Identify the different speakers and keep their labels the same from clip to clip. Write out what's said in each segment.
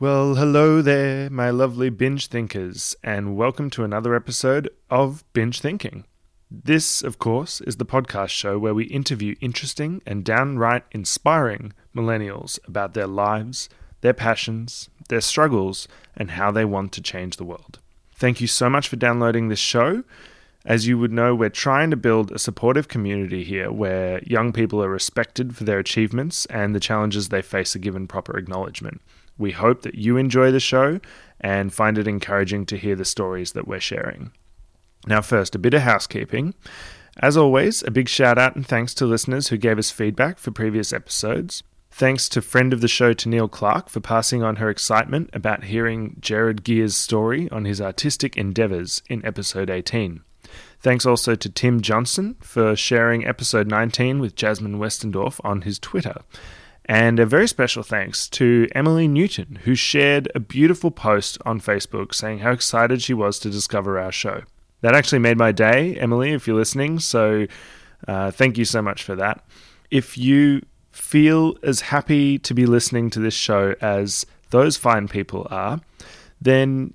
Speaker 1: Well, hello there, my lovely binge thinkers, and welcome to another episode of Binge Thinking. This, of course, is the podcast show where we interview interesting and downright inspiring millennials about their lives, their passions, their struggles, and how they want to change the world. Thank you so much for downloading this show. As you would know, we're trying to build a supportive community here where young people are respected for their achievements and the challenges they face are given proper acknowledgement. We hope that you enjoy the show and find it encouraging to hear the stories that we're sharing. Now, first, a bit of housekeeping. As always, a big shout out and thanks to listeners who gave us feedback for previous episodes. Thanks to friend of the show, Tennille Clark, for passing on her excitement about hearing Jared Gear's story on his artistic endeavours in episode 18. Thanks also to Tim Johnson for sharing episode 19 with Jasmine Westendorf on his Twitter. And a very special thanks to Emily Newton, who shared a beautiful post on Facebook saying how excited she was to discover our show. That actually made my day, Emily, if you're listening. So uh, thank you so much for that. If you feel as happy to be listening to this show as those fine people are, then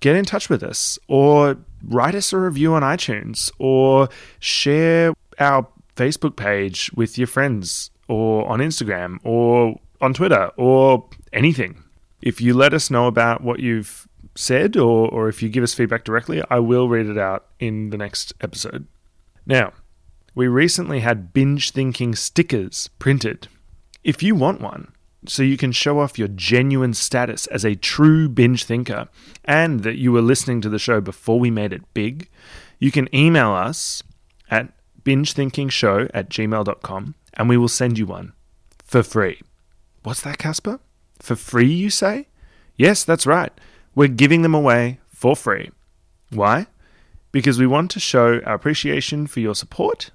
Speaker 1: get in touch with us or write us a review on iTunes or share our Facebook page with your friends or on Instagram or on Twitter or anything. If you let us know about what you've said or, or if you give us feedback directly, I will read it out in the next episode. Now, we recently had binge thinking stickers printed. If you want one, so you can show off your genuine status as a true binge thinker and that you were listening to the show before we made it big, you can email us at bingethinkingshow at gmail.com and we will send you one for free. What's that, Casper? For free, you say? Yes, that's right. We're giving them away for free. Why? Because we want to show our appreciation for your support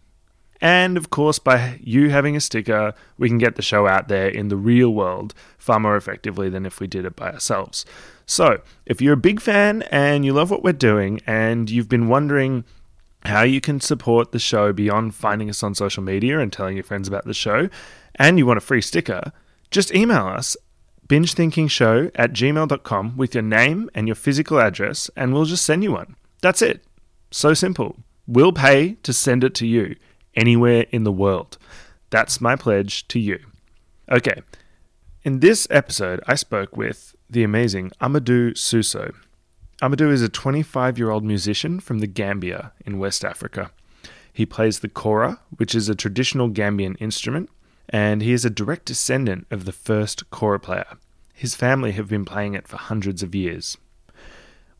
Speaker 1: and of course, by you having a sticker, we can get the show out there in the real world far more effectively than if we did it by ourselves. So, if you're a big fan and you love what we're doing and you've been wondering how you can support the show beyond finding us on social media and telling your friends about the show, and you want a free sticker, just email us bingethinkingshow at gmail.com with your name and your physical address, and we'll just send you one. That's it. So simple. We'll pay to send it to you anywhere in the world. That's my pledge to you. Okay, in this episode, I spoke with the amazing Amadou Suso. Amadou is a 25 year old musician from the Gambia in West Africa. He plays the kora, which is a traditional Gambian instrument, and he is a direct descendant of the first kora player. His family have been playing it for hundreds of years.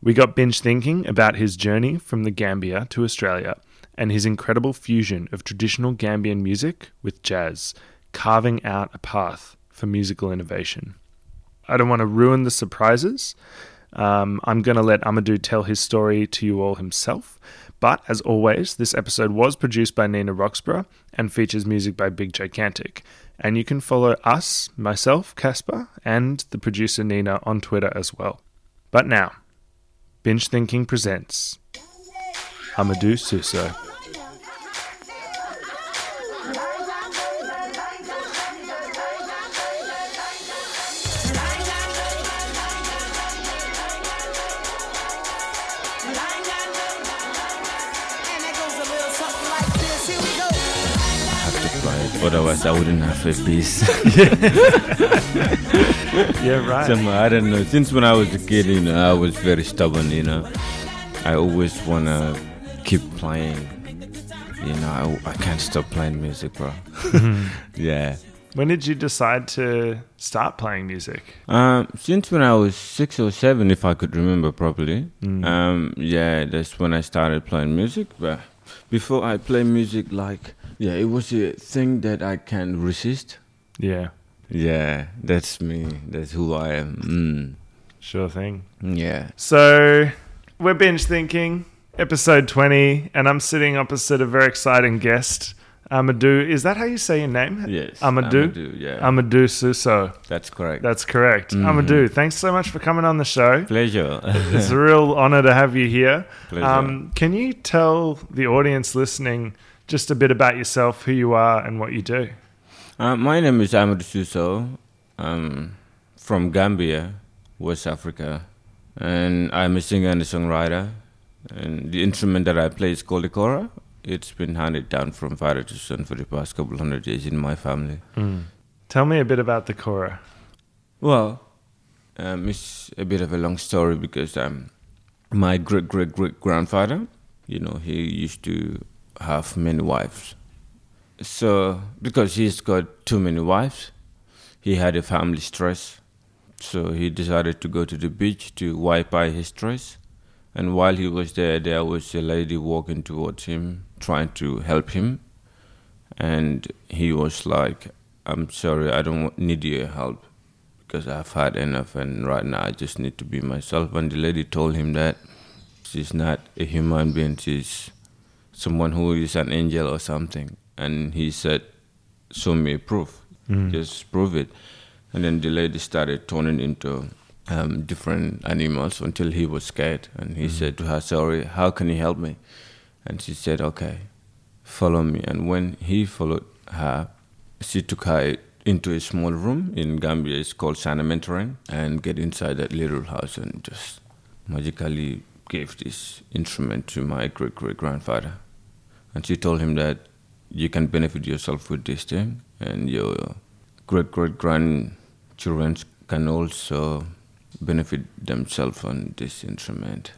Speaker 1: We got binge thinking about his journey from the Gambia to Australia and his incredible fusion of traditional Gambian music with jazz, carving out a path for musical innovation. I don't want to ruin the surprises. Um, I'm going to let Amadou tell his story to you all himself. But as always, this episode was produced by Nina Roxburgh and features music by Big Gigantic. And you can follow us, myself, Casper, and the producer Nina on Twitter as well. But now, Binge Thinking presents Amadou Suso.
Speaker 2: Otherwise, I wouldn't have a bass.
Speaker 1: Yeah,
Speaker 2: Somehow, I don't know. Since when I was a kid, you know, I was very stubborn. You know, I always wanna keep playing. You know, I, I can't stop playing music, bro. yeah.
Speaker 1: When did you decide to start playing music?
Speaker 2: Um, since when I was six or seven, if I could remember properly. Um, yeah, that's when I started playing music. But before I play music, like yeah, it was a thing that I can resist.
Speaker 1: Yeah,
Speaker 2: Yeah, that's me. That's who I am.
Speaker 1: sure thing.
Speaker 2: Mm. Yeah.
Speaker 1: So we're binge thinking, episode 20, and I'm sitting opposite a very exciting guest, Amadou. Is that how you say your name?
Speaker 2: Yes.
Speaker 1: Amadou?
Speaker 2: Amadou, yeah. Mm-hmm.
Speaker 1: Amadou Suso.
Speaker 2: that's correct.
Speaker 1: That's correct. Amadou, thanks so much for coming on the show.
Speaker 2: pleasure.
Speaker 1: It's a real honor to have you here.
Speaker 2: Pleasure.
Speaker 1: Um, can you tell the audience listening just a bit about yourself, who you are, and what you do?
Speaker 2: uh, my name is Amadou Suso. I'm from Gambia. West Africa, and I'm a singer and a songwriter. And the instrument that I play is called ikora. It's been handed down from father to son for the past couple hundred years in my family.
Speaker 1: Mm. Tell me a bit about the kora.
Speaker 2: Well, um, it's a bit of a long story because um, my great great great grandfather, you know, he used to have many wives. So because he's got too many wives, he had a family stress. So he decided to go to the beach to wipe out his stress. And while he was there, there was a lady walking towards him, trying to help him. And he was like, I'm sorry, I don't need your help because I've had enough and right now I just need to be myself. And the lady told him that she's not a human being, she's someone who is an angel or something. And he said, Show me a proof, mm. just prove it. And then the lady started turning into um, different animals until he was scared. And he mm. said to her, Sorry, how can you help me? And she said, Okay, follow me. And when he followed her, she took her into a small room in Gambia. It's called Sanamentarian, and get inside that little house and just magically gave this instrument to my great great grandfather. And she told him that you can benefit yourself with this thing, and your great great grandchildren can also benefit themselves on this instrument,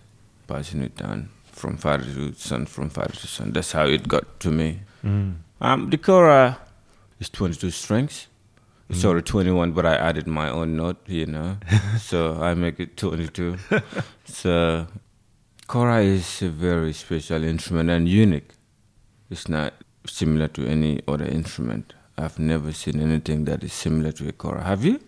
Speaker 2: passing it down from father to son, from father to son. That's how it got to me. Mm. Um, the Korah it's 22 strings. Mm. Sorry, 21, but I added my own note, you know. so I make it 22. so kora is a very special instrument and unique. It's not similar to any other instrument. I've never seen anything that is similar to a kora. Have you?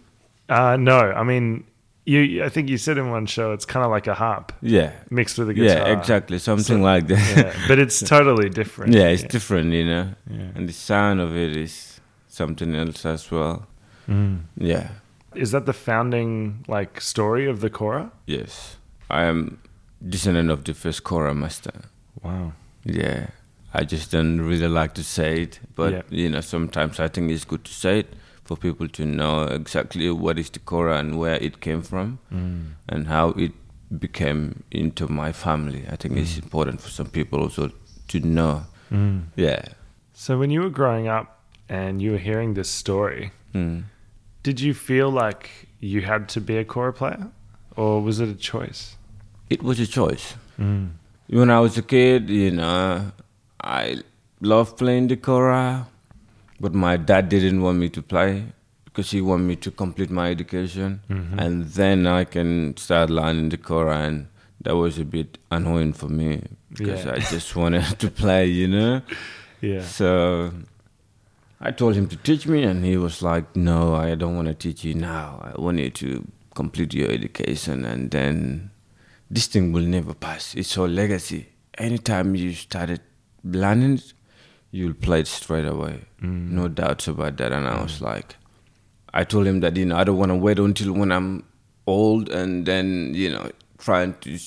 Speaker 1: Uh, no, I mean, you. I think you said in one show it's kind of like a harp.
Speaker 2: Yeah.
Speaker 1: Mixed with a guitar.
Speaker 2: Yeah, exactly. Something so, like that.
Speaker 1: yeah. But it's totally different.
Speaker 2: Yeah, it's yeah. different, you know. Yeah. And the sound of it is something else as well. Mm. Yeah.
Speaker 1: Is that the founding like story of the Korah?
Speaker 2: Yes, I am descendant of the first Korah master.
Speaker 1: Wow.
Speaker 2: Yeah, I just don't really like to say it, but yeah. you know sometimes I think it's good to say it for people to know exactly what is the Korah and where it came from mm. and how it became into my family. I think mm. it's important for some people also to know. Yeah.
Speaker 1: So when you were growing up, and you were hearing this story, mm. did you feel like you had to be a choir player or was it a choice?
Speaker 2: It was a choice. Mm. When I was a kid, you know, I loved playing the choir, but my dad didn't want me to play because he wanted me to complete my education mm-hmm. and then I can start learning the choir and that was a bit annoying for me because yeah. I just wanted to play, you know?
Speaker 1: Yeah.
Speaker 2: So I told him to teach me, and he was like, No, I don't want to teach you now. I want you to complete your education, and then this thing will never pass. It's your legacy. Anytime you started learning, you'll play it straight away. Mm. No doubts about that. And I was like, I told him that, you know, I don't want to wait until when I'm old and then, you know, trying to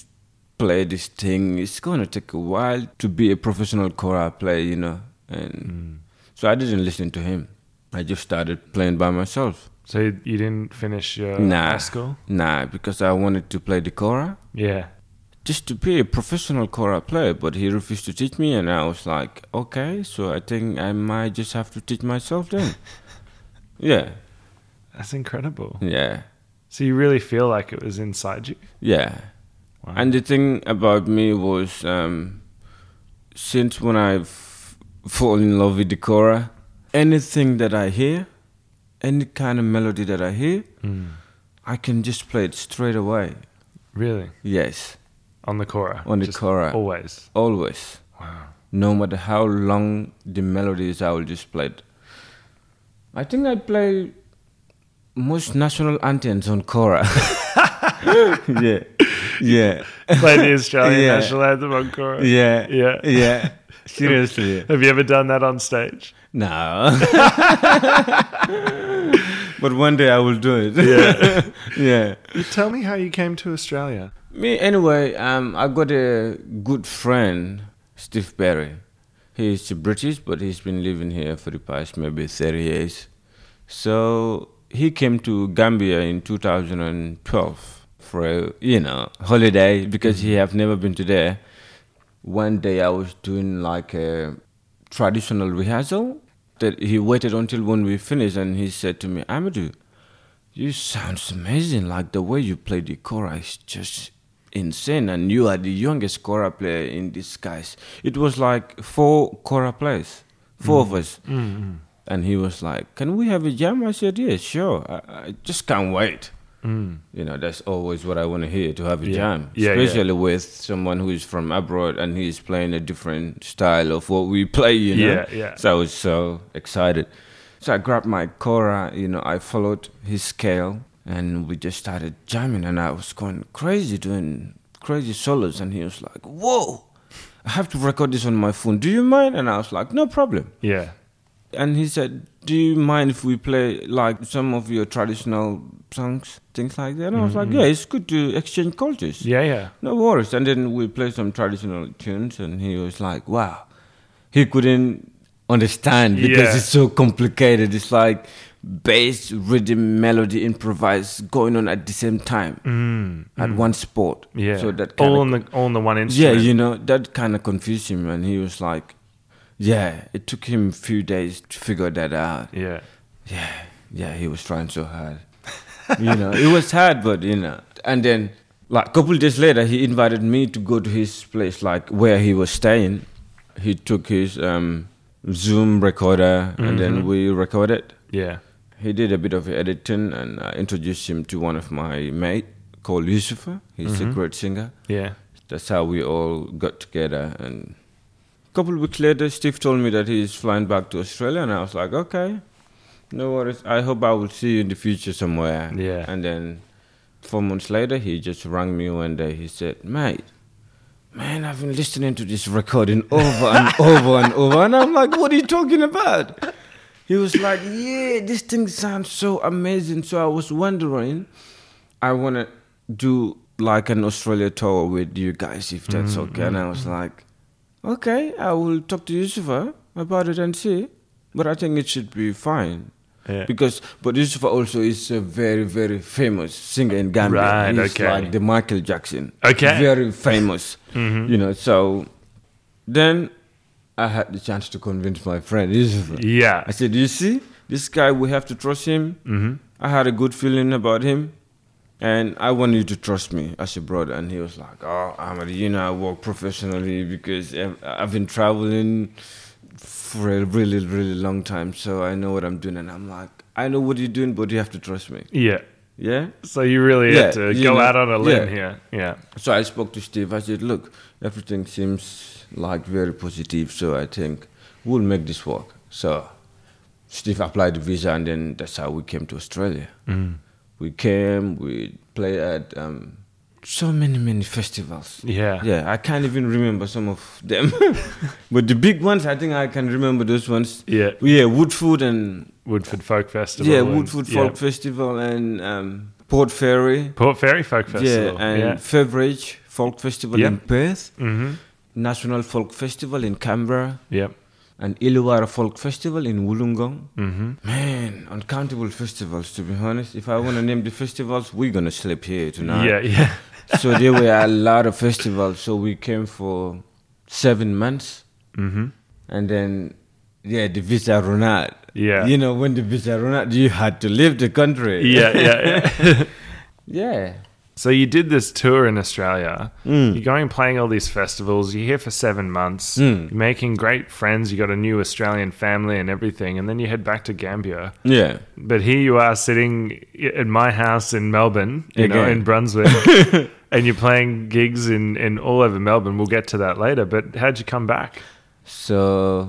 Speaker 2: play this thing. It's going to take a while to be a professional choir player, you know. And. Mm. So I didn't listen to him. I just started playing by myself.
Speaker 1: So you didn't finish your nah, high Uh, school?
Speaker 2: Nah, because I wanted to play the kora.
Speaker 1: Yeah.
Speaker 2: Just to be a professional kora player, but he refused to teach me, and I was like, okay, so I think I might just have to teach myself then. yeah.
Speaker 1: That's incredible.
Speaker 2: Yeah.
Speaker 1: So you really feel like it was inside you?
Speaker 2: Yeah. Wow. And the thing about me was, um, since when I've fall in love with the Korah. Anything that I hear, any kind of melody that I hear, mm. I can just play it straight away.
Speaker 1: Really?
Speaker 2: Yes.
Speaker 1: On the Korah?
Speaker 2: On the Korah.
Speaker 1: Always.
Speaker 2: Always.
Speaker 1: Wow.
Speaker 2: No matter how long the melody is, I will just play it. I think I play most national anthems on Korah. yeah. Yeah.
Speaker 1: Play the Australian yeah. national anthem on Korah.
Speaker 2: Yeah.
Speaker 1: Yeah.
Speaker 2: Yeah. Seriously.
Speaker 1: Have you ever done that on stage?
Speaker 2: No. but one day I will do it.
Speaker 1: Yeah.
Speaker 2: yeah.
Speaker 1: Tell me how you came to Australia.
Speaker 2: Me, anyway, um, I got a good friend, Steve Barry. He's British, but he's been living here for the past maybe 30 years. So he came to Gambia in 2012 for a, you know holiday because he have never been to there. One day I was doing like a traditional rehearsal that he waited until when we finished and he said to me, Amadou, you sounds amazing. Like the way you play the kora is just insane and you are the youngest kora player in this guys. It was like four kora players, four
Speaker 1: Mm.
Speaker 2: of us. And he was like, "Can we have a jam?" I said, "Yeah, sure. I, I just can't wait." You know, that's always what I want to hear to have a jam,
Speaker 1: Mm. Yeah, yeah.
Speaker 2: especially with someone who is from abroad and he is playing a different style of what we play. You know,
Speaker 1: Yeah, yeah.
Speaker 2: So I was so excited. So I grabbed my kora. You know, I followed his scale, and we just started jamming, and I was going crazy doing crazy solos, and he was like, "Whoa." I have to record this on my phone. Do you mind? And I was like, no problem
Speaker 1: Yeah.
Speaker 2: and he said, "Do you mind if we play like some of your traditional songs, things like that?" And I was like,
Speaker 1: Mm-hmm.
Speaker 2: "Yeah, it's good to exchange cultures.
Speaker 1: Yeah, yeah.
Speaker 2: No worries." And then we played some traditional tunes, and he was like, "Wow, he couldn't understand because
Speaker 1: Yeah.
Speaker 2: it's so complicated. It's like bass, rhythm, melody, improvise going on at the same time
Speaker 1: Mm.
Speaker 2: at one spot.
Speaker 1: Yeah.
Speaker 2: so that kind
Speaker 1: all
Speaker 2: of
Speaker 1: on the all on the one
Speaker 2: yeah,
Speaker 1: instrument.
Speaker 2: you know, that kind of confused him, and he was like, "Yeah." It took him a few days to figure that out.
Speaker 1: yeah.
Speaker 2: Yeah, yeah, he was trying so hard. you know, it was hard, but you know. And then, like, couple days later, he invited me to go to his place, like where he was staying. He took his um, Zoom recorder, and then we recorded.
Speaker 1: Yeah.
Speaker 2: He did a bit of editing, and I introduced him to one of my mate called Lucifer. He's a great singer
Speaker 1: Yeah.
Speaker 2: that's how we all got together and a couple of weeks later steve told me that he's flying back to australia and i was like okay no worries i hope i will see you in the future somewhere
Speaker 1: Yeah.
Speaker 2: and then four months later he just rang me one day he said mate man i've been listening to this recording over and over and over and i'm like what are you talking about he was like yeah this thing sounds so amazing so i was wondering I want to do like an Australia tour with you guys if that's
Speaker 1: Mm-hmm,
Speaker 2: okay. And I was like, okay, I will talk to Yusufa about it and see. But I think it should be fine.
Speaker 1: Yeah.
Speaker 2: Because, but Yusufa also is a very, very famous singer in Gambia.
Speaker 1: Right,
Speaker 2: He's
Speaker 1: okay.
Speaker 2: like the Michael Jackson.
Speaker 1: Okay. Mm-hmm.
Speaker 2: Very famous. You know, so then I had the chance to convince my friend Yusufa.
Speaker 1: Yeah.
Speaker 2: I said, you see, this guy, we have to trust him. Mm-hmm. I had a good feeling about him. And I want you to trust me as a brother. And he was like, oh, Ahmed, you know, I work professionally because I've I've been traveling for a really, really long time. So I know what I'm doing. And I'm like, I know what you're doing, but you have to trust me.
Speaker 1: Yeah.
Speaker 2: Yeah?
Speaker 1: So you really
Speaker 2: Yeah,
Speaker 1: had to
Speaker 2: you
Speaker 1: go
Speaker 2: know,
Speaker 1: out on a limb
Speaker 2: yeah.
Speaker 1: here. Yeah.
Speaker 2: So I spoke to Steve. I said, look, everything seems like very positive. So I think we'll make this work. So Steve applied the visa, and then that's how we came to Australia.
Speaker 1: Mm.
Speaker 2: We came, we played at um, so many, many festivals.
Speaker 1: Yeah.
Speaker 2: Yeah, I can't even remember some of them. but the big ones, I think I can remember those ones.
Speaker 1: Yeah.
Speaker 2: Yeah, Woodford and.
Speaker 1: Woodford Folk Festival.
Speaker 2: Yeah,
Speaker 1: and-
Speaker 2: Woodford
Speaker 1: yeah.
Speaker 2: Folk Festival and um, Port Fairy.
Speaker 1: Port Fairy Folk Festival.
Speaker 2: Yeah, and
Speaker 1: yeah.
Speaker 2: Favourage Folk Festival
Speaker 1: Yeah.
Speaker 2: in Perth,
Speaker 1: Mm-hmm.
Speaker 2: National Folk Festival in Canberra,
Speaker 1: Yep.
Speaker 2: and Illawarra Folk Festival in Wollongong.
Speaker 1: Mm-hmm.
Speaker 2: Man, uncountable festivals, to be honest. If I want to name the festivals, we're going to sleep here tonight.
Speaker 1: Yeah. Yeah.
Speaker 2: So there were a lot of festivals. So we came for seven months,
Speaker 1: Mm-hmm.
Speaker 2: and then, yeah, the visa run out.
Speaker 1: Yeah.
Speaker 2: You know, when the visa run out, you had to leave the country.
Speaker 1: Yeah. Yeah. yeah.
Speaker 2: Yeah.
Speaker 1: so you did this tour in Australia. You're going playing all these festivals. You're here for seven months.
Speaker 2: Mm.
Speaker 1: You're making great friends. You got a new Australian family and everything. And then you head back to Gambia.
Speaker 2: Yeah.
Speaker 1: But here you are sitting at my house in Melbourne, you know,
Speaker 2: Again.
Speaker 1: in Brunswick, and you're playing gigs in, in all over Melbourne. We'll get to that later. But how'd you come back?
Speaker 2: So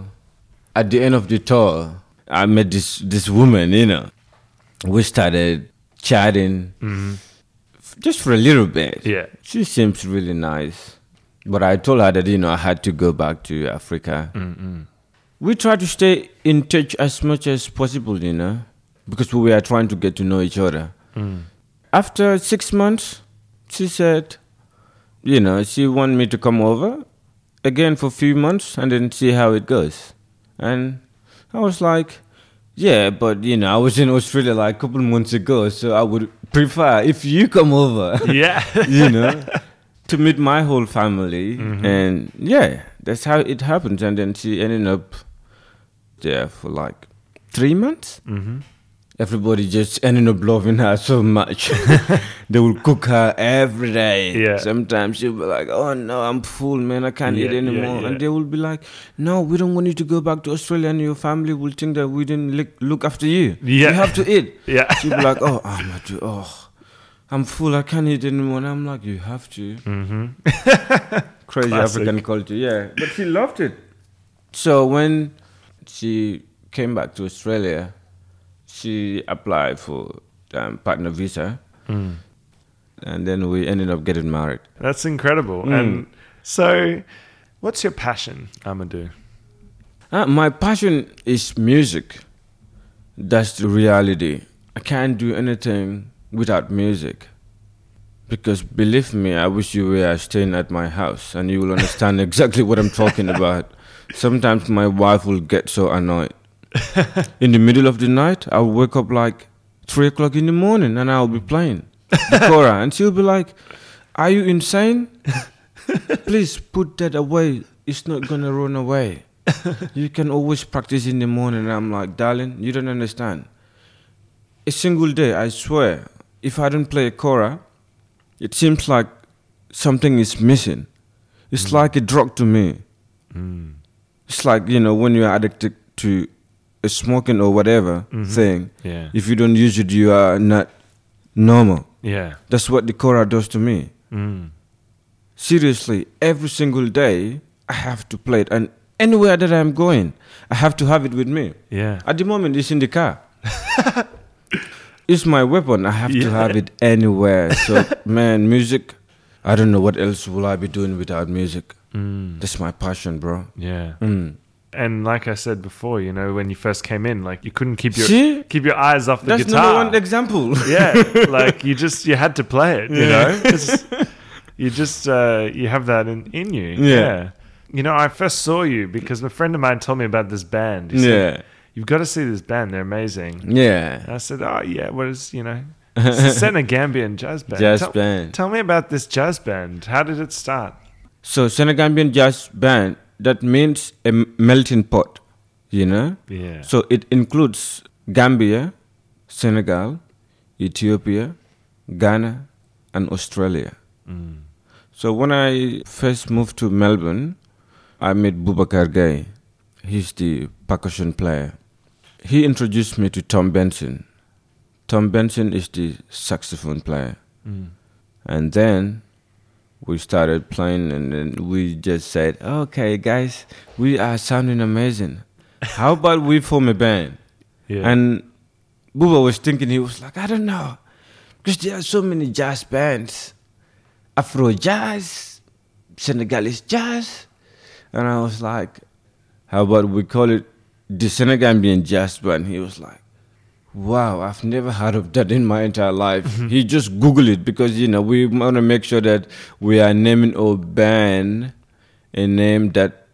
Speaker 2: at the end of the tour, I met this this woman, you know. We started chatting f- just for a little bit.
Speaker 1: Yeah.
Speaker 2: She seems really nice. But I told her that, you know, I had to go back to Africa. We try to stay in touch as much as possible, you know, because we were trying to get to know each other. After six months, she said, you know, she wanted me to come over again for a few months and then see how it goes. And I was like, Yeah, but you know, I was in Australia like a couple months ago, so I would prefer if you come over,
Speaker 1: Yeah.
Speaker 2: you know, to meet my whole family.
Speaker 1: Mm-hmm.
Speaker 2: And yeah, that's how it happens. And then she ended up there for like three months.
Speaker 1: hmm
Speaker 2: Everybody just ended up loving her so much. they will cook her every day.
Speaker 1: Yeah.
Speaker 2: Sometimes she'll be like, "Oh no, I'm full, man. I can't eat
Speaker 1: Yeah, yeah,
Speaker 2: anymore." And
Speaker 1: yeah.
Speaker 2: they will be like, "No, we don't want you to go back to Australia, and your family will think that we didn't look, look after you.
Speaker 1: Yeah.
Speaker 2: You have to eat."
Speaker 1: Yeah.
Speaker 2: She'll be like, "Oh, I'm not, oh, I'm full. I can't eat anymore." And I'm like, "You have to."
Speaker 1: hmm
Speaker 2: crazy
Speaker 1: Classic.
Speaker 2: African culture, yeah. But she loved it. So when she came back to Australia, she applied for um, partner visa,
Speaker 1: Mm.
Speaker 2: and then we ended up getting married.
Speaker 1: That's incredible.
Speaker 2: Mm.
Speaker 1: And so, what's your passion, Amadou?
Speaker 2: Uh, my passion is music. That's the reality. I can't do anything without music. Because believe me, I wish you were staying at my house and you will understand exactly what I'm talking about. Sometimes my wife will get so annoyed. In the middle of the night, I'll wake up like 3 o'clock in the morning and I'll be playing the Cora. And she'll be like, Are you insane? Please put that away. It's not going to run away you can always practice in the morning. And I'm like, darling, you don't understand. A single day, I swear, if I don't play a Kora, it seems like something is missing. It's like a drug to me.
Speaker 1: Mm.
Speaker 2: It's like, you know, when you're addicted to a smoking or whatever thing,
Speaker 1: Yeah.
Speaker 2: if you don't use it, you are not normal.
Speaker 1: Yeah.
Speaker 2: That's what the Kora does to me.
Speaker 1: Mm.
Speaker 2: Seriously, every single day, I have to play it. And anywhere that I'm going, I have to have it with me.
Speaker 1: Yeah.
Speaker 2: At the moment, it's in the car. it's my weapon. I have to
Speaker 1: Yeah.
Speaker 2: have it anywhere. So, man, music. I don't know what else will I be doing without music.
Speaker 1: Mm.
Speaker 2: That's my passion, bro.
Speaker 1: Yeah.
Speaker 2: Mm.
Speaker 1: And like I said before, you know, when you first came in, like you couldn't keep your
Speaker 2: See?
Speaker 1: keep your eyes off the
Speaker 2: That's
Speaker 1: guitar.
Speaker 2: number one example.
Speaker 1: yeah, like you just you had to play it. You
Speaker 2: Yeah.
Speaker 1: know, It's- you just uh, you have that in, in you.
Speaker 2: Yeah.
Speaker 1: You know, I first saw you because a friend of mine told me about this band. He said,
Speaker 2: yeah.
Speaker 1: You've got to see this band. They're amazing.
Speaker 2: Yeah.
Speaker 1: And I said, Oh yeah, what is you know, it's a Senegambian jazz band.
Speaker 2: Jazz
Speaker 1: tell,
Speaker 2: band.
Speaker 1: Tell me about this jazz band. How did it start?
Speaker 2: So, Senegambian jazz band, that means a m- melting pot, you know?
Speaker 1: Yeah.
Speaker 2: So it includes Gambia, Senegal, Ethiopia, Ghana, and Australia. So when I first moved to Melbourne, I met Bubakar Gay. He's the percussion player. He introduced me to Tom Benson. Tom Benson is the saxophone player. And then we started playing, and then we just said, okay, guys, we are sounding amazing. How about we form a band?
Speaker 1: Yeah.
Speaker 2: And Bubba was thinking, he was like, I don't know, because there are so many jazz bands Afro jazz, Senegalese jazz. And I was like, how about we call it the Senegambian Jazz Band? He was like, wow, I've never heard of that in my entire life.
Speaker 1: Mm-hmm.
Speaker 2: He just Googled it because, you know, we want to make sure that we are naming our band a name that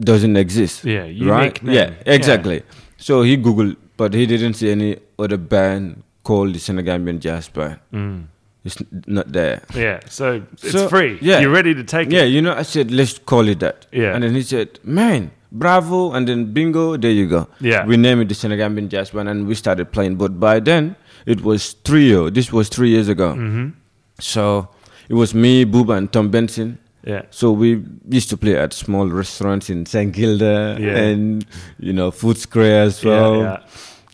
Speaker 2: doesn't exist.
Speaker 1: Yeah, unique
Speaker 2: right?
Speaker 1: name.
Speaker 2: Yeah,
Speaker 1: Yeah.
Speaker 2: exactly. So he Googled, but he didn't see any other band called the Senegambian Jazz Band.
Speaker 1: Mm.
Speaker 2: It's n- not there.
Speaker 1: Yeah, so it's
Speaker 2: So,
Speaker 1: free.
Speaker 2: yeah.
Speaker 1: You're ready to take
Speaker 2: Yeah,
Speaker 1: it.
Speaker 2: you know, I said, let's call it that.
Speaker 1: Yeah.
Speaker 2: And then he said, man, bravo. And then bingo, there you go.
Speaker 1: Yeah.
Speaker 2: We named it the Senegambian Jazz Band and we started playing. But by then, it was trio. This was three years ago.
Speaker 1: Mm-hmm.
Speaker 2: So it was me, Booba, and Tom Benson.
Speaker 1: Yeah.
Speaker 2: So we used to play at small restaurants in St. Kilda
Speaker 1: Yeah.
Speaker 2: and, you know, Food Square as well.
Speaker 1: yeah,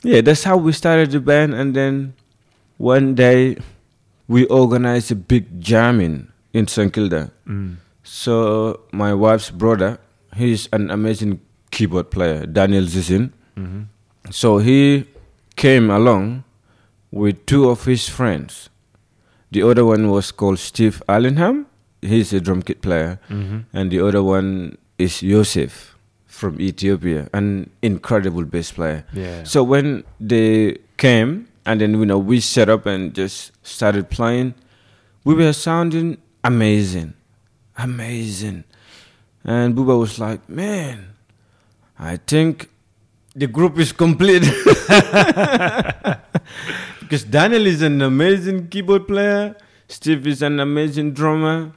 Speaker 1: yeah.
Speaker 2: Yeah, that's how we started the band, and then one day we organized a big jamming in St Kilda.
Speaker 1: Mm.
Speaker 2: So my wife's brother, he's an amazing keyboard player, Daniel Zizin.
Speaker 1: Mhm.
Speaker 2: So he came along with two of his friends. The other one was called Steve Allenham. He's a drum kit player,
Speaker 1: Mhm.
Speaker 2: and the other one is Yosef from Ethiopia, an incredible bass player.
Speaker 1: Yeah.
Speaker 2: So when they came and then you know we set up and just started playing, we were sounding amazing, amazing, and Booba was like, "Man, I think the group is complete. because Daniel is an amazing keyboard player, Steve is an amazing drummer,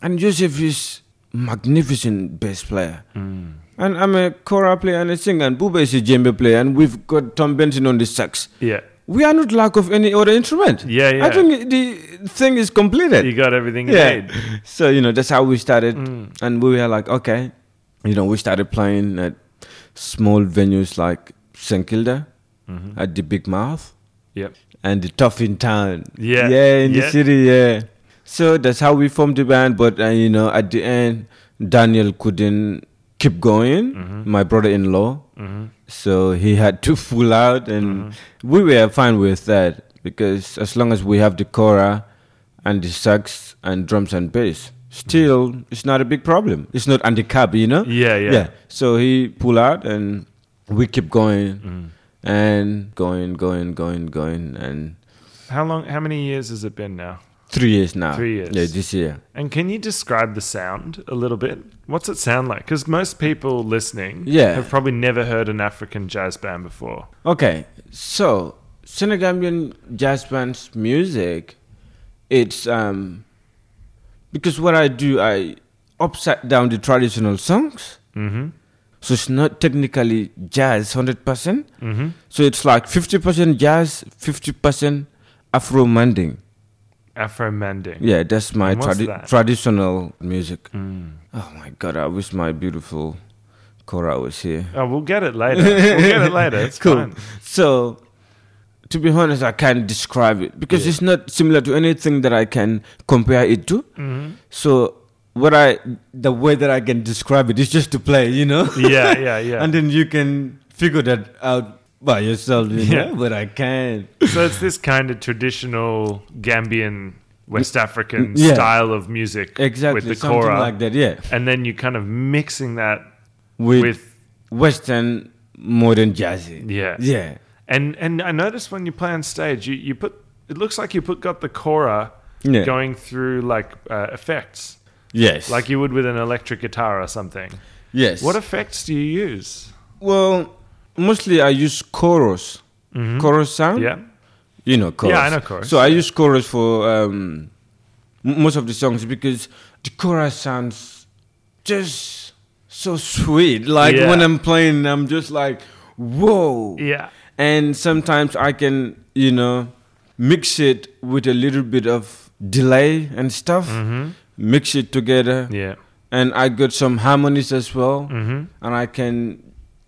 Speaker 2: and Joseph is magnificent bass player.
Speaker 1: Hmm.
Speaker 2: And I'm a choral player and a singer, and Booba is a djembe player, and we've got Tom Benton on the sax.
Speaker 1: Yeah.
Speaker 2: We are not lack of any other instrument.
Speaker 1: Yeah, yeah.
Speaker 2: I think the thing is completed
Speaker 1: You got everything you
Speaker 2: yeah.
Speaker 1: need.
Speaker 2: So you know that's how we started,
Speaker 1: Mm.
Speaker 2: and we were like, okay, you know, we started playing at small venues like St Kilda,
Speaker 1: Mm-hmm.
Speaker 2: at the Big Mouth,
Speaker 1: Yep.
Speaker 2: and the Toffin Town.
Speaker 1: Yeah.
Speaker 2: yeah, in
Speaker 1: Yeah.
Speaker 2: the city, yeah. So that's how we formed the band. But uh, you know, at the end, Daniel couldn't keep going.
Speaker 1: Mm-hmm.
Speaker 2: My brother-in-law, so he had to pull out, and
Speaker 1: Mm-hmm.
Speaker 2: we were fine with that because as long as we have the cora and the sax and drums and bass. Still, it's not a big problem. It's not handicap, you know.
Speaker 1: Mm-hmm. Yeah, yeah.
Speaker 2: So he pull out, and we keep going,
Speaker 1: Mm.
Speaker 2: and going, going, going, going, and
Speaker 1: How long? How many years has it been now?
Speaker 2: Three years now.
Speaker 1: Three years.
Speaker 2: Yeah, this year.
Speaker 1: And can you describe the sound a little bit? What's it sound like? Because most people listening
Speaker 2: Yeah.
Speaker 1: have probably never heard an African jazz band before.
Speaker 2: Okay, so Senegambian jazz band's music, it's um, because what I do, I upside down the traditional songs,
Speaker 1: Mm-hmm.
Speaker 2: so it's not technically jazz hundred percent.
Speaker 1: Mm-hmm.
Speaker 2: So it's like fifty percent jazz, fifty percent Afro manding.
Speaker 1: Afro manding.
Speaker 2: Yeah, that's my
Speaker 1: And what's
Speaker 2: tradi-
Speaker 1: that?
Speaker 2: traditional music.
Speaker 1: Mm.
Speaker 2: Oh my god, I wish my beautiful Cora was here.
Speaker 1: Oh, we'll get it later. We'll get it later. It's
Speaker 2: Cool.
Speaker 1: fine.
Speaker 2: So, to be honest, I can't describe it because it's not similar to anything that I can compare it to.
Speaker 1: Mhm.
Speaker 2: So, what I the way that I can describe it is just to play, you know.
Speaker 1: Yeah, yeah, yeah.
Speaker 2: and then you can figure that out by yourself, you
Speaker 1: Yeah.
Speaker 2: know. But I can.
Speaker 1: so it's this kind of traditional Gambian, West African
Speaker 2: Yeah.
Speaker 1: style of music
Speaker 2: Exactly,
Speaker 1: with the
Speaker 2: something
Speaker 1: kora,
Speaker 2: like that. Yeah,
Speaker 1: and then you kind of mixing that
Speaker 2: with,
Speaker 1: with
Speaker 2: Western modern jazzy.
Speaker 1: yeah,
Speaker 2: yeah.
Speaker 1: And and I noticed when you play on stage, you, you put it looks like you put got the kora
Speaker 2: Yeah.
Speaker 1: going through like uh, effects,
Speaker 2: Yes.
Speaker 1: like you would with an electric guitar or something.
Speaker 2: yes.
Speaker 1: What effects do you use?
Speaker 2: Well, mostly I use chorus, chorus sound.
Speaker 1: Mm-hmm. Yeah,
Speaker 2: You know chorus.
Speaker 1: Yeah, I know chorus.
Speaker 2: So I use chorus for um, m- most of the songs because the chorus sounds just so sweet. Like
Speaker 1: Yeah.
Speaker 2: when I'm playing, I'm just like, whoa.
Speaker 1: yeah,
Speaker 2: And sometimes I can, you know, mix it with a little bit of delay and stuff. Mix it together,
Speaker 1: Mm-hmm. yeah.
Speaker 2: and I got some harmonies as well,
Speaker 1: Mm-hmm.
Speaker 2: and I can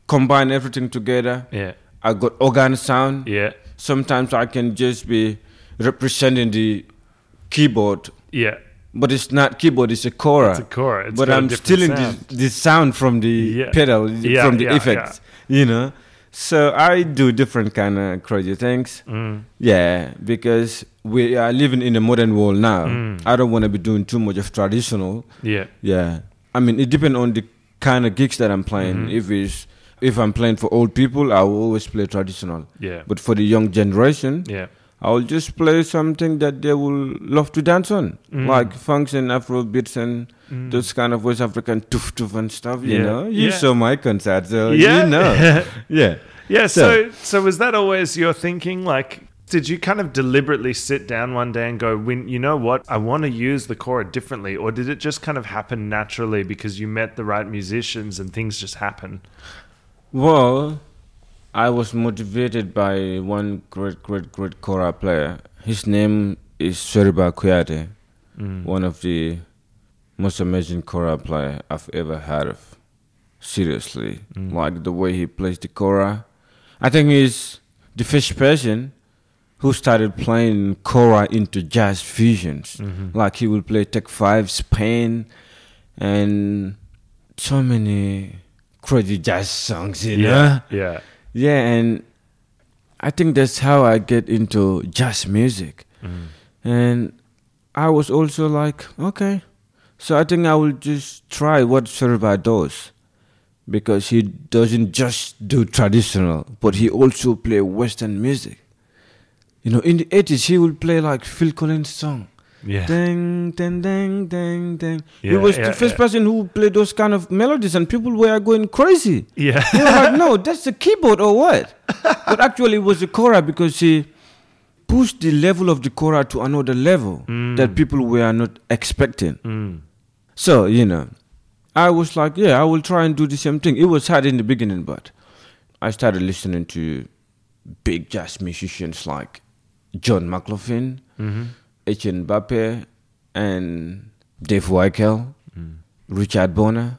Speaker 2: combine everything together.
Speaker 1: Yeah,
Speaker 2: I got organ sound
Speaker 1: yeah,
Speaker 2: sometimes I can just be representing the keyboard,
Speaker 1: yeah.
Speaker 2: but it's not keyboard; it's a Cora.
Speaker 1: It's a chord. It's
Speaker 2: but
Speaker 1: got a
Speaker 2: I'm
Speaker 1: different
Speaker 2: stealing
Speaker 1: sound.
Speaker 2: the, the sound from the
Speaker 1: Yeah.
Speaker 2: pedal,
Speaker 1: Yeah,
Speaker 2: from the
Speaker 1: yeah,
Speaker 2: effects. You know, so I do different kind of crazy things.
Speaker 1: Mm.
Speaker 2: Yeah, because we are living in a modern world now.
Speaker 1: Mm.
Speaker 2: I don't want to be doing too much of traditional.
Speaker 1: Yeah,
Speaker 2: Yeah, I mean it depends on the kind of gigs that I'm playing.
Speaker 1: Mm-hmm.
Speaker 2: If it's if I'm playing for old people, I will always play traditional.
Speaker 1: yeah,
Speaker 2: But for the young generation,
Speaker 1: yeah,
Speaker 2: I'll just play something that they will love to dance on,
Speaker 1: Mm.
Speaker 2: like funks and Afro beats and
Speaker 1: Mm.
Speaker 2: those kind of West African toof toof and stuff. You
Speaker 1: Yeah.
Speaker 2: know, you
Speaker 1: Yeah.
Speaker 2: saw my concert, so
Speaker 1: yeah.
Speaker 2: you know. yeah,
Speaker 1: yeah. So,
Speaker 2: So-
Speaker 1: so was that always your thinking? Like, did you kind of deliberately sit down one day and go, "When you know what, I want to use the chord differently," or did it just kind of happen naturally because you met the right musicians and things just happen?
Speaker 2: Well, I was motivated by one great, great, great kora player. His name is Seriba Kuyate, one of the most amazing kora player I've ever heard of. Seriously, like the way he plays the kora. I think he's the first person who started playing kora into jazz fusions. Like he will play Tech Five, Spain, and so many crazy jazz songs, you know.
Speaker 1: yeah,
Speaker 2: Yeah, and I think that's how I get into jazz music. And I was also like, okay, so I think I will just try what Serba does because he doesn't just do traditional, but he also play Western music. You know, in the eighties, he would play like Phil Collins song.
Speaker 1: Yeah.
Speaker 2: Ding, ding, ding, ding, ding. he
Speaker 1: Yeah,
Speaker 2: was
Speaker 1: yeah,
Speaker 2: the first
Speaker 1: yeah.
Speaker 2: person who played those kind of melodies, and people were going crazy.
Speaker 1: Yeah.
Speaker 2: They were like, no, that's the keyboard or what? But actually, it was the Cora because she pushed the level of the Cora to another level that people were not expecting.
Speaker 1: Mm.
Speaker 2: So, you know, I was like, yeah, I will try and do the same thing. It was hard in the beginning, but I started listening to big jazz musicians like John McLaughlin, Etienne Mbappe, and Dave Weikel, Richard Bonner,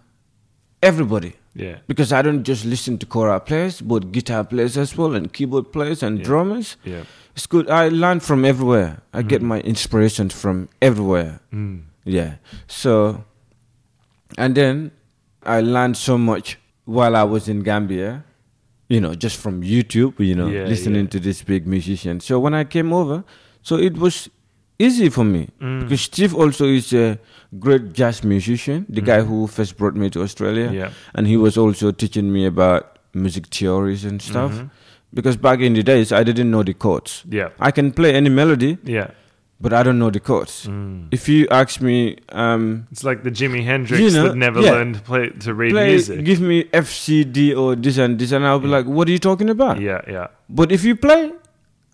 Speaker 2: everybody.
Speaker 1: Yeah.
Speaker 2: Because I don't just listen to choral players, but guitar players as well, and keyboard players and drummers.
Speaker 1: Yeah.
Speaker 2: It's good. I learn from everywhere. I get my inspirations from everywhere.
Speaker 1: Mm.
Speaker 2: Yeah. So, and then I learned so much while I was in Gambia, you know, just from YouTube, you know,
Speaker 1: Yeah,
Speaker 2: listening
Speaker 1: yeah.
Speaker 2: to this big musician. So when I came over, so it was easy for me
Speaker 1: Mm.
Speaker 2: because Steve also is a great jazz musician, the guy who first brought me to Australia.
Speaker 1: Mm. Yeah.
Speaker 2: And he was also teaching me about music theories and stuff. Because back in the days, I didn't know the chords.
Speaker 1: Mm-hmm. Yeah.
Speaker 2: I can play any melody,
Speaker 1: Yeah. Mm.
Speaker 2: but I don't know the chords. If you ask me, um,
Speaker 1: It's like the Jimi Hendrix
Speaker 2: You know,
Speaker 1: that never
Speaker 2: yeah.
Speaker 1: learned to play to read
Speaker 2: play,
Speaker 1: music.
Speaker 2: give me F C D or this and this, and I'll be like, what are you talking about?
Speaker 1: Yeah, yeah.
Speaker 2: But if you play,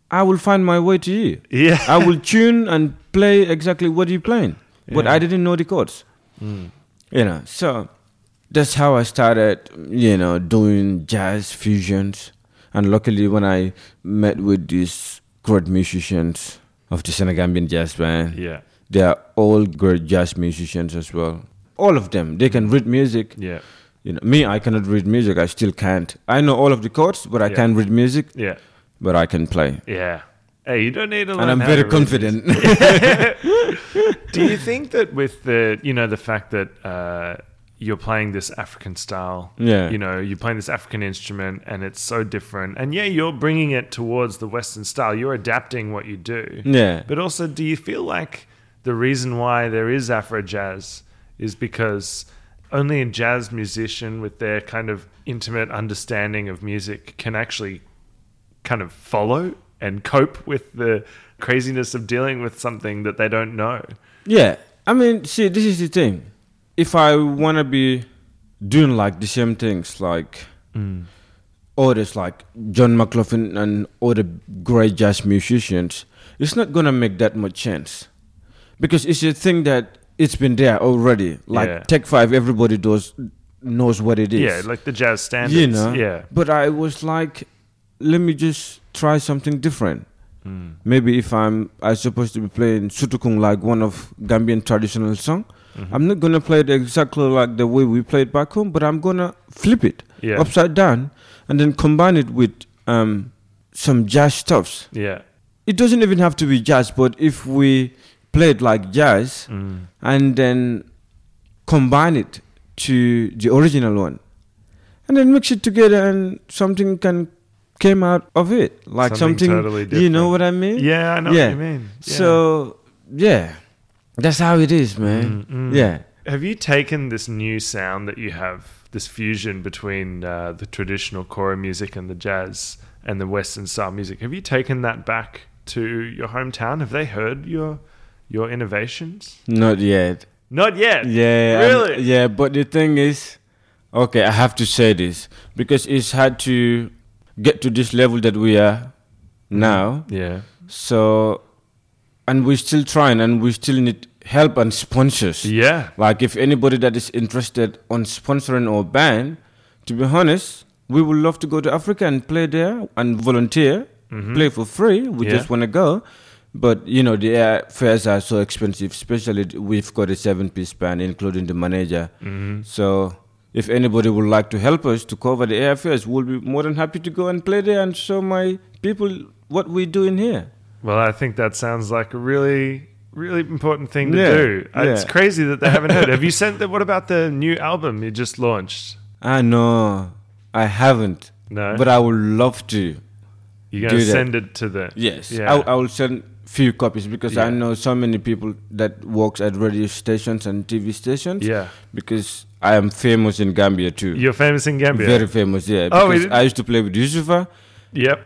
Speaker 2: I will find my way to you.
Speaker 1: Yeah.
Speaker 2: I will tune and play exactly what you're playing. But
Speaker 1: Yeah. Mm.
Speaker 2: I didn't know the chords. You know, so that's how I started, you know, doing jazz fusions. And luckily, when I met with these great musicians of the Senegambian jazz band,
Speaker 1: Yeah.
Speaker 2: they are all great jazz musicians as well. All of them, they can read music.
Speaker 1: Yeah.
Speaker 2: You know, me, I cannot read music. I still can't. I know all of the chords, but I
Speaker 1: Yeah.
Speaker 2: can't read music.
Speaker 1: Yeah.
Speaker 2: But I can play,
Speaker 1: Yeah. Hey, you don't need to learn.
Speaker 2: and I'm
Speaker 1: how
Speaker 2: very
Speaker 1: to read
Speaker 2: confident.
Speaker 1: Do you think that with the you know the fact that uh, you're playing this African style,
Speaker 2: Yeah.
Speaker 1: you know you're playing this African instrument and it's so different, and yeah, you're bringing it towards the Western style. You're adapting what you do,
Speaker 2: yeah,
Speaker 1: But also, do you feel like the reason why there is Afro jazz is because only a jazz musician with their kind of intimate understanding of music can actually kind of follow and cope with the craziness of dealing with something that they don't know?
Speaker 2: yeah. I mean, see, this is the thing. If I wanna be doing like the same things, like
Speaker 1: Mm.
Speaker 2: others, like John McLaughlin and other great jazz musicians, it's not gonna make that much sense. because it's a thing that it's been there already. Like
Speaker 1: Yeah.
Speaker 2: Tech Five, everybody does knows what it is.
Speaker 1: Yeah, like the jazz standards.
Speaker 2: you know.
Speaker 1: Yeah.
Speaker 2: But I was like, let me just try something different.
Speaker 1: Hmm.
Speaker 2: Maybe if I'm I'm supposed to be playing Sutukung like one of Gambian traditional song,
Speaker 1: Mm-hmm.
Speaker 2: I'm not gonna play it exactly like the way we played back home, but I'm gonna flip it
Speaker 1: Yeah.
Speaker 2: upside down and then combine it with um, some jazz stuffs
Speaker 1: Yeah.
Speaker 2: it doesn't even have to be jazz, but if we play it like jazz
Speaker 1: Mm.
Speaker 2: and then combine it to the original one and then mix it together and something can came out of it like
Speaker 1: Something
Speaker 2: something,
Speaker 1: totally
Speaker 2: you
Speaker 1: different.
Speaker 2: know what i mean
Speaker 1: Yeah, I know
Speaker 2: Yeah.
Speaker 1: what you mean. Yeah.
Speaker 2: so yeah that's how it is man
Speaker 1: Mm,
Speaker 2: yeah
Speaker 1: Have you taken this new sound that you have, this fusion between uh, the traditional choral music and the jazz and the Western style music? Have you taken that back to your hometown? Have they heard your your innovations?
Speaker 2: not yet
Speaker 1: Not yet.
Speaker 2: Yeah, I'm-
Speaker 1: Really?
Speaker 2: yeah, but the thing is, okay, I have to say this because it's hard to get to this level that we are now.
Speaker 1: Yeah.
Speaker 2: So, and we're still trying, and we still need help and sponsors.
Speaker 1: Yeah.
Speaker 2: Like, if anybody that is interested on sponsoring our band, to be honest, we would love to go to Africa and play there and volunteer, play for free. We
Speaker 1: Mm-hmm. Yeah.
Speaker 2: just want to go. But you know the airfares are so expensive, especially th- we've got a seven-piece band, including the manager.
Speaker 1: Mm-hmm.
Speaker 2: So if anybody would like to help us to cover the airfares, we'll be more than happy to go and play there and show my people what we're doing here.
Speaker 1: Well, I think that sounds like a really, really important thing to
Speaker 2: Yeah,
Speaker 1: do. Uh, It's
Speaker 2: yeah.
Speaker 1: crazy that they haven't heard. Have you sent them? What about the new album you just launched?
Speaker 2: Ah no, I haven't.
Speaker 1: No?
Speaker 2: but I would love to.
Speaker 1: You're going
Speaker 2: Do
Speaker 1: to
Speaker 2: that.
Speaker 1: send it to them.
Speaker 2: Yes,
Speaker 1: Yeah.
Speaker 2: I, I will send few copies because I
Speaker 1: Yeah.
Speaker 2: know so many people that works at radio stations and TV stations.
Speaker 1: Yeah.
Speaker 2: because I am famous in Gambia too.
Speaker 1: You're famous in Gambia.
Speaker 2: Very famous, yeah.
Speaker 1: Oh,
Speaker 2: Because
Speaker 1: is it?
Speaker 2: I used to play with Yusufa.
Speaker 1: yep.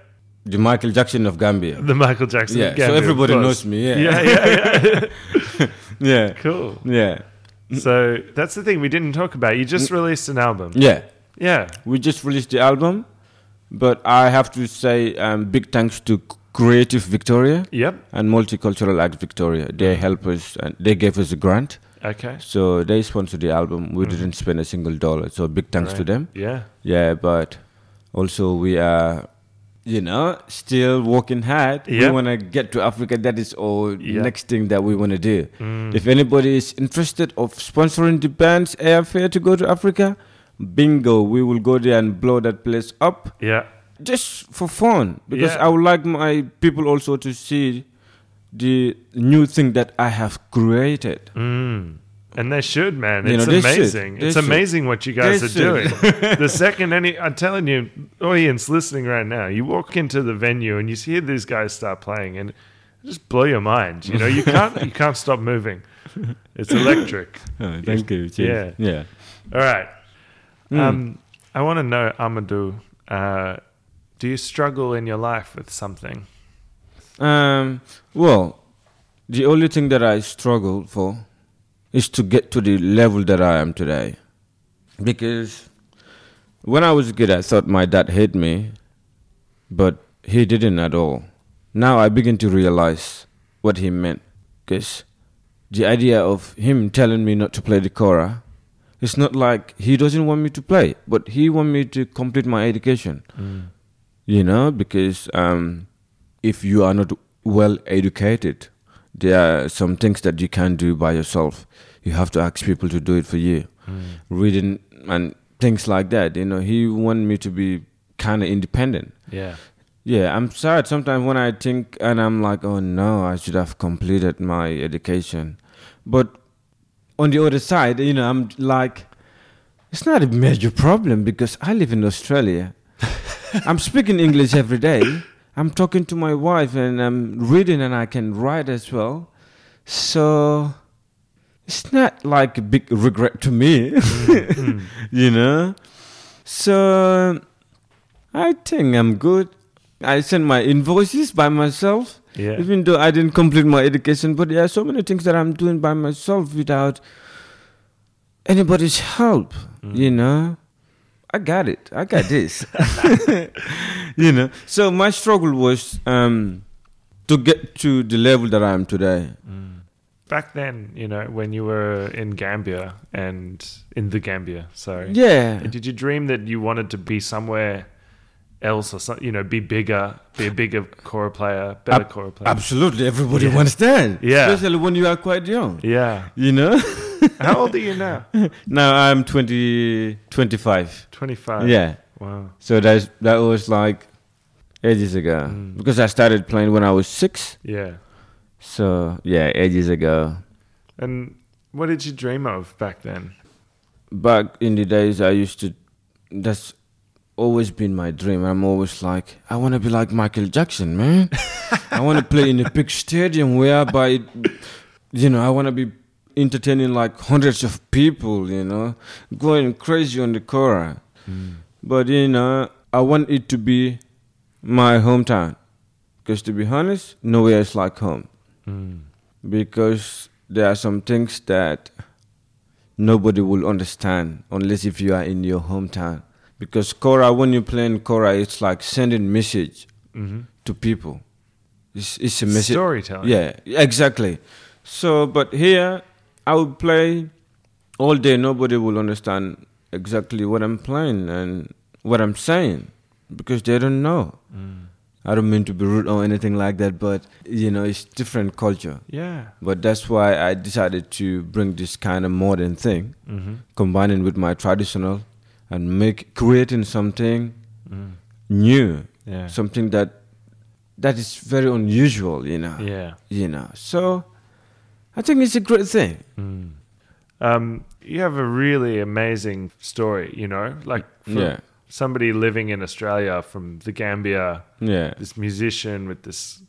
Speaker 2: The Michael Jackson of Gambia.
Speaker 1: The Michael Jackson.
Speaker 2: yeah,
Speaker 1: of Gambia,
Speaker 2: so
Speaker 1: of
Speaker 2: everybody
Speaker 1: course.
Speaker 2: knows me.
Speaker 1: Yeah,
Speaker 2: Yeah,
Speaker 1: yeah, yeah.
Speaker 2: yeah,
Speaker 1: cool.
Speaker 2: yeah,
Speaker 1: So that's the thing we didn't talk about. You just released an album.
Speaker 2: yeah.
Speaker 1: Yeah.
Speaker 2: We just released the album, but I have to say um, big thanks to Creative Victoria
Speaker 1: Yep.
Speaker 2: and Multicultural Act Victoria. They help us and they gave us a grant,
Speaker 1: Okay.
Speaker 2: so they sponsored the album. We didn't spend a single dollar, so big thanks to
Speaker 1: Mm. Right.
Speaker 2: them.
Speaker 1: Yeah.
Speaker 2: Yeah, but also we are, you know, still working hard.
Speaker 1: Yeah.
Speaker 2: We want to get to Africa. That is all
Speaker 1: Yeah. Mm.
Speaker 2: next thing that we want to do. If anybody is interested of sponsoring the band's airfare to go to Africa, bingo, we will go there and blow that place up
Speaker 1: Yeah.
Speaker 2: just for fun. Because
Speaker 1: Yeah.
Speaker 2: I would like my people also to see the new thing that I have created.
Speaker 1: Mm. And they should, man.
Speaker 2: You
Speaker 1: It's
Speaker 2: know, they should.
Speaker 1: amazing.
Speaker 2: They
Speaker 1: It's
Speaker 2: should.
Speaker 1: amazing what you guys
Speaker 2: They
Speaker 1: are doing.
Speaker 2: should.
Speaker 1: the second any, I'm telling you, audience listening right now, you walk into the venue and you hear these guys start playing, and it just blow your mind. You know, you can't, you can't stop moving. It's electric.
Speaker 2: Oh, thank you.
Speaker 1: Cheers.
Speaker 2: Yeah. Yeah.
Speaker 1: All right.
Speaker 2: Hmm.
Speaker 1: Um, I want to know, Amadou, uh, do you struggle in your life with something?
Speaker 2: Um, well, the only thing that I struggle for is to get to the level that I am today. Because when I was a kid, I thought my dad hate me, but he didn't at all. Now I begin to realize what he meant. Because the idea of him telling me not to play the Korah, it's not like he doesn't want me to play, but he want me to complete my education you know because um, if you are not well educated there are some things that you can't do by yourself you have to ask people to do it for you reading and things like that you know he wanted me to be kind of independent
Speaker 1: Yeah.
Speaker 2: yeah i'm sad sometimes when i think and i'm like oh no i should have completed my education but on the other side you know i'm like it's not a major problem because i live in australia I'm speaking English every day. I'm talking to my wife and I'm reading and I can write as well. So it's not like a big regret to me, you know? So I think I'm good. I send my invoices by myself,
Speaker 1: Yeah.
Speaker 2: even though I didn't complete my education. But there are so many things that I'm doing by myself without anybody's help, you know? I got it. I got this. you know. So my struggle was um, to get to the level that I am today.
Speaker 1: Back then, you know, when you were in Gambia and in the Gambia, sorry.
Speaker 2: Yeah.
Speaker 1: Did you dream that you wanted to be somewhere else or something, you know, be bigger, be a bigger core player, better
Speaker 2: Ab-
Speaker 1: core player?
Speaker 2: Absolutely. Everybody
Speaker 1: Yeah.
Speaker 2: wants that.
Speaker 1: Yeah.
Speaker 2: Especially when you are quite young.
Speaker 1: yeah.
Speaker 2: You know.
Speaker 1: How old are you now?
Speaker 2: now I'm 20, 25.
Speaker 1: 25.
Speaker 2: yeah.
Speaker 1: Wow.
Speaker 2: So that's that was like ages ago because I started playing when I was six.
Speaker 1: Yeah.
Speaker 2: So yeah, ages ago.
Speaker 1: And what did you dream of back then?
Speaker 2: back in the days I used to that's always been my dream. I'm always like, I wanna be like Michael Jackson, man. I wanna play in a big stadium whereby you know, I wanna be entertaining like hundreds of people, you know, going crazy on the Korah. But you know, I want it to be my hometown. Because to be honest, nowhere is like home because there are some things that nobody will understand unless if you are in your hometown. Because Kora, when you play in Kora, it's like sending message to people. It's, it's a message.
Speaker 1: Storytelling.
Speaker 2: Yeah, exactly. So, but here I will play all day. Nobody will understand exactly what I'm playing and what I'm saying because they don't know. I don't mean to be rude or anything like that, but you know, it's different culture.
Speaker 1: Yeah.
Speaker 2: But that's why I decided to bring this kind of modern thing,
Speaker 1: Mm-hmm.
Speaker 2: combining with my traditional, and make creating something new,
Speaker 1: Mm-hmm. Yeah.
Speaker 2: something that that is very unusual, you know.
Speaker 1: yeah.
Speaker 2: You know. So I think it's a great thing.
Speaker 1: Um, you have a really amazing story, you know, like from
Speaker 2: Yeah.
Speaker 1: somebody living in Australia from the Gambia,
Speaker 2: Yeah.
Speaker 1: this musician with this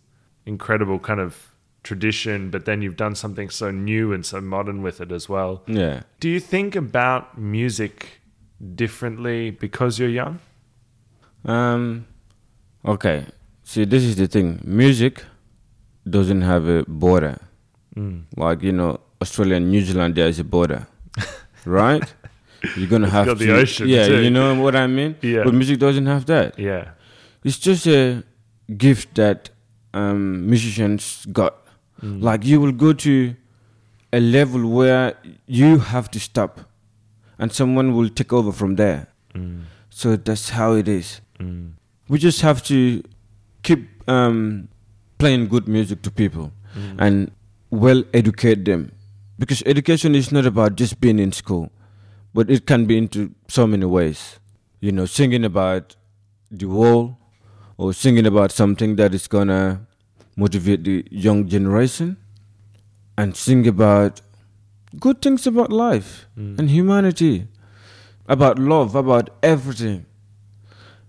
Speaker 1: incredible kind of tradition, but then you've done something so new and so modern with it as well.
Speaker 2: Yeah.
Speaker 1: Do you think about music differently because you're young?
Speaker 2: Um, okay. See, this is the thing. Music doesn't have a border.
Speaker 1: Mm.
Speaker 2: Like you know, Australia and New Zealand, there is a border, right? You're gonna have
Speaker 1: got
Speaker 2: to,
Speaker 1: the ocean,
Speaker 2: yeah.
Speaker 1: too.
Speaker 2: You know what I mean?
Speaker 1: Yeah.
Speaker 2: But music doesn't have that.
Speaker 1: Yeah.
Speaker 2: It's just a gift that um, musicians got.
Speaker 1: Hmm.
Speaker 2: Like you will go to a level where you have to stop, and someone will take over from there.
Speaker 1: Mm.
Speaker 2: So that's how it is.
Speaker 1: Mm.
Speaker 2: We just have to keep um, playing good music to people and well educate them because education is not about just being in school, but it can be into so many ways. You know, singing about the wall or singing about something that is gonna motivate the young generation and sing about good things about life and humanity, about love, about everything.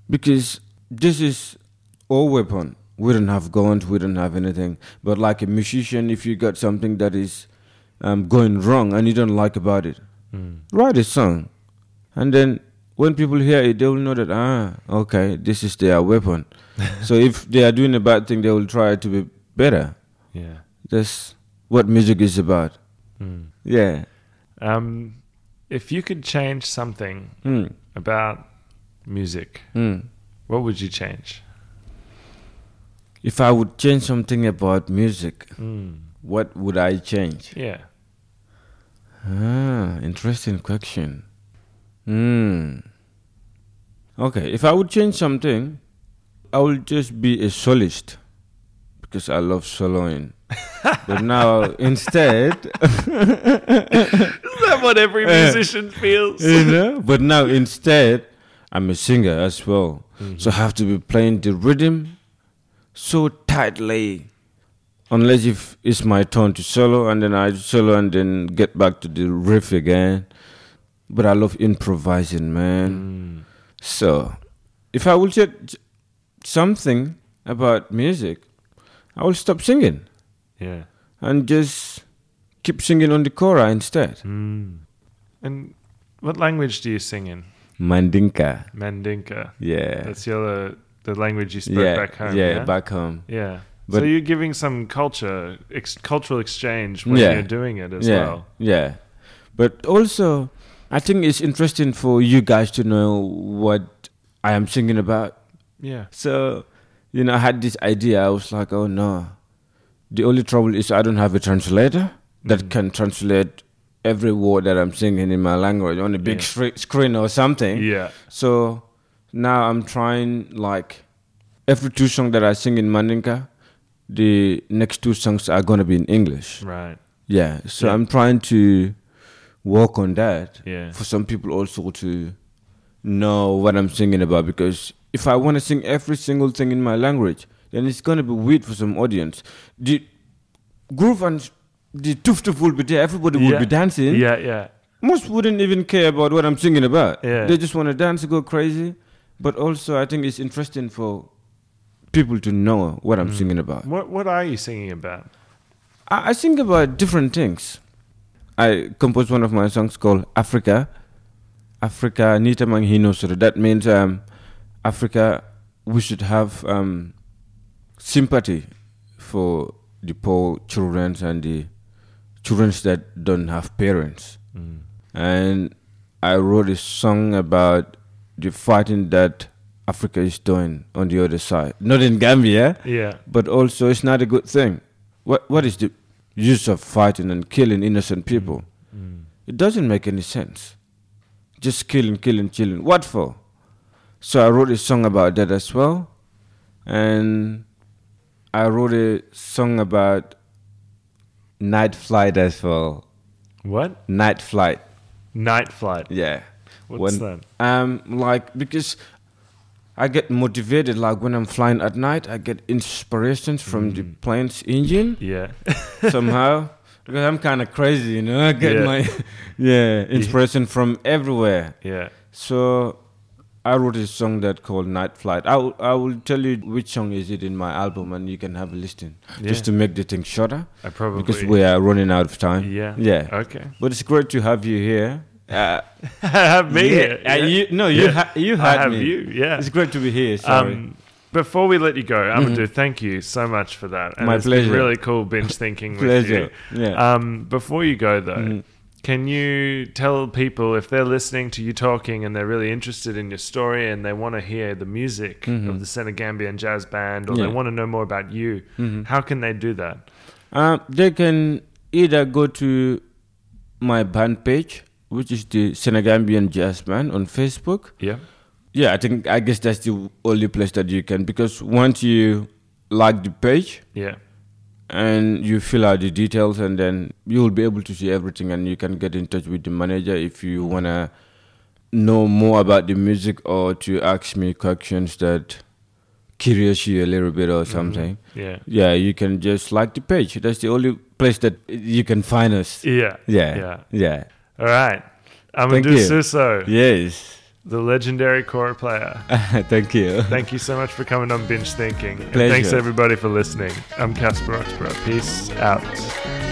Speaker 2: Because this is all weapon. We don't have guns, we don't have anything. But like a musician, if you got something that is um, going wrong and you don't like about it,
Speaker 1: Mm.
Speaker 2: write a song. And then when people hear it, they will know that, ah, okay, this is their weapon. so if they are doing a bad thing, they will try to be better.
Speaker 1: Yeah.
Speaker 2: That's what music is about.
Speaker 1: Mm.
Speaker 2: Yeah.
Speaker 1: Um, if you could change something
Speaker 2: Mm.
Speaker 1: about music,
Speaker 2: Mm.
Speaker 1: what would you change?
Speaker 2: If I would change something about music,
Speaker 1: Mm.
Speaker 2: what would I change?
Speaker 1: Yeah.
Speaker 2: Ah, interesting question. Hmm. Okay, if I would change something, I would just be a soloist because I love soloing. but now instead,
Speaker 1: Is that what every musician feels?
Speaker 2: you know, but now instead, I'm a singer as well.
Speaker 1: Mm-hmm.
Speaker 2: So I have to be playing the rhythm so tightly. Unless if it's my turn to solo, and then I solo, and then get back to the riff again. But I love improvising, man.
Speaker 1: Mm.
Speaker 2: So, if I will change something about music, I will stop singing
Speaker 1: Yeah.
Speaker 2: and just keep singing on the cora instead.
Speaker 1: Mm. And what language do you sing in?
Speaker 2: Mandinka,
Speaker 1: Mandinka.
Speaker 2: yeah,
Speaker 1: That's the other the language you spoke
Speaker 2: yeah,
Speaker 1: back home.
Speaker 2: yeah,
Speaker 1: Yeah.
Speaker 2: back home.
Speaker 1: yeah. so
Speaker 2: but-
Speaker 1: you're giving some culture, ex- cultural exchange when
Speaker 2: Yeah.
Speaker 1: you're doing it as
Speaker 2: yeah,
Speaker 1: well.
Speaker 2: Yeah. But also, I think it's interesting for you guys to know what I am thinking about.
Speaker 1: Yeah.
Speaker 2: So, you know, I had this idea. I was like, oh no. The only trouble is I don't have a translator
Speaker 1: Mm.
Speaker 2: that can translate every word that I'm singing in my language on a big
Speaker 1: Yeah.
Speaker 2: scre- screen or something.
Speaker 1: Yeah.
Speaker 2: So now I'm trying like every two songs that I sing in Mandinka, the next two songs are gonna be in English.
Speaker 1: Right.
Speaker 2: Yeah, so
Speaker 1: Yeah.
Speaker 2: I'm trying to work on that
Speaker 1: Yeah.
Speaker 2: for some people also to know what I'm singing about because if I want to sing every single thing in my language, then it's gonna be weird for some audience. The groove and the toof toof will be there. Everybody will
Speaker 1: Yeah.
Speaker 2: be dancing.
Speaker 1: Yeah. Yeah.
Speaker 2: Most wouldn't even care about what I'm singing about.
Speaker 1: Yeah.
Speaker 2: They just want to dance, go crazy. But also, I think it's interesting for people to know what I'm singing about.
Speaker 1: What What are you singing about?
Speaker 2: I, I think about different things. I composed one of my songs called Africa. Africa, Nita Manghino Sura. That means um, Africa, we should have um, sympathy for the poor children and the children that don't have parents. And I wrote a song about the fighting that Africa is doing on the other side. Not in Gambia,
Speaker 1: Yeah.
Speaker 2: but also it's not a good thing. What what is the use of fighting and killing innocent people? It doesn't make any sense. Just killing, killing, killing. What for? So I wrote a song about that as well, and I wrote a song about night flight as well.
Speaker 1: What?
Speaker 2: Night flight,
Speaker 1: Night flight.
Speaker 2: yeah.
Speaker 1: What's
Speaker 2: When-
Speaker 1: that?
Speaker 2: Um, like because I get motivated. Like when I'm flying at night, I get inspirations from the
Speaker 1: Mm.
Speaker 2: plane's engine
Speaker 1: Yeah.
Speaker 2: somehow because I'm kind of crazy, you know. I get
Speaker 1: Yeah.
Speaker 2: my yeah inspiration from everywhere.
Speaker 1: yeah.
Speaker 2: So I wrote a song that called Night Flight. I will- I will tell you which song is it in my album, and you can have a listen
Speaker 1: Yeah.
Speaker 2: just to make the thing shorter
Speaker 1: I probably.
Speaker 2: because we are running out of time.
Speaker 1: yeah.
Speaker 2: yeah.
Speaker 1: Okay.
Speaker 2: But it's great to have you here. Uh,
Speaker 1: have me
Speaker 2: yeah,
Speaker 1: here.
Speaker 2: uh,
Speaker 1: yeah.
Speaker 2: you, no, you
Speaker 1: Yeah.
Speaker 2: ha- you
Speaker 1: I
Speaker 2: had
Speaker 1: have
Speaker 2: me.
Speaker 1: you. Yeah.
Speaker 2: It's great to be here. Sorry. Mm-hmm.
Speaker 1: Um, Before we let you go, Amadou, thank you so much for that. And
Speaker 2: My
Speaker 1: it's been
Speaker 2: pleasure.
Speaker 1: really cool binge thinking with
Speaker 2: Pleasure. Mm-hmm.
Speaker 1: you.
Speaker 2: Yeah.
Speaker 1: Um, before you go, though, can you tell people if they're listening to you talking and they're really interested in your story and they want to hear the music of the Senegambian Jazz Band or
Speaker 2: Mm-hmm. Yeah. Mm-hmm.
Speaker 1: they want to know more about you, how can they do that?
Speaker 2: Um, they can either go to my band page, which is the Senegambian Jazz Band on Facebook.
Speaker 1: Yeah.
Speaker 2: Yeah, I think I guess that's the only place that you can because once you like the page
Speaker 1: Yeah.
Speaker 2: and you fill out the details, and then you will be able to see everything, and you can get in touch with the manager if you wanna know more about the music or to ask me questions that curious you a little bit or something.
Speaker 1: Yeah.
Speaker 2: Yeah, you can just like the page. That's the only place that you can find us.
Speaker 1: Yeah.
Speaker 2: Yeah.
Speaker 1: Yeah.
Speaker 2: Yeah.
Speaker 1: All right.
Speaker 2: Thank
Speaker 1: Amadou
Speaker 2: you.
Speaker 1: Suso,
Speaker 2: Yes.
Speaker 1: the legendary choir player.
Speaker 2: Thank you.
Speaker 1: Thank you so much for coming on Binge Thinking. And
Speaker 2: Pleasure.
Speaker 1: thanks everybody for listening. I'm Casper Oxborough. Peace out.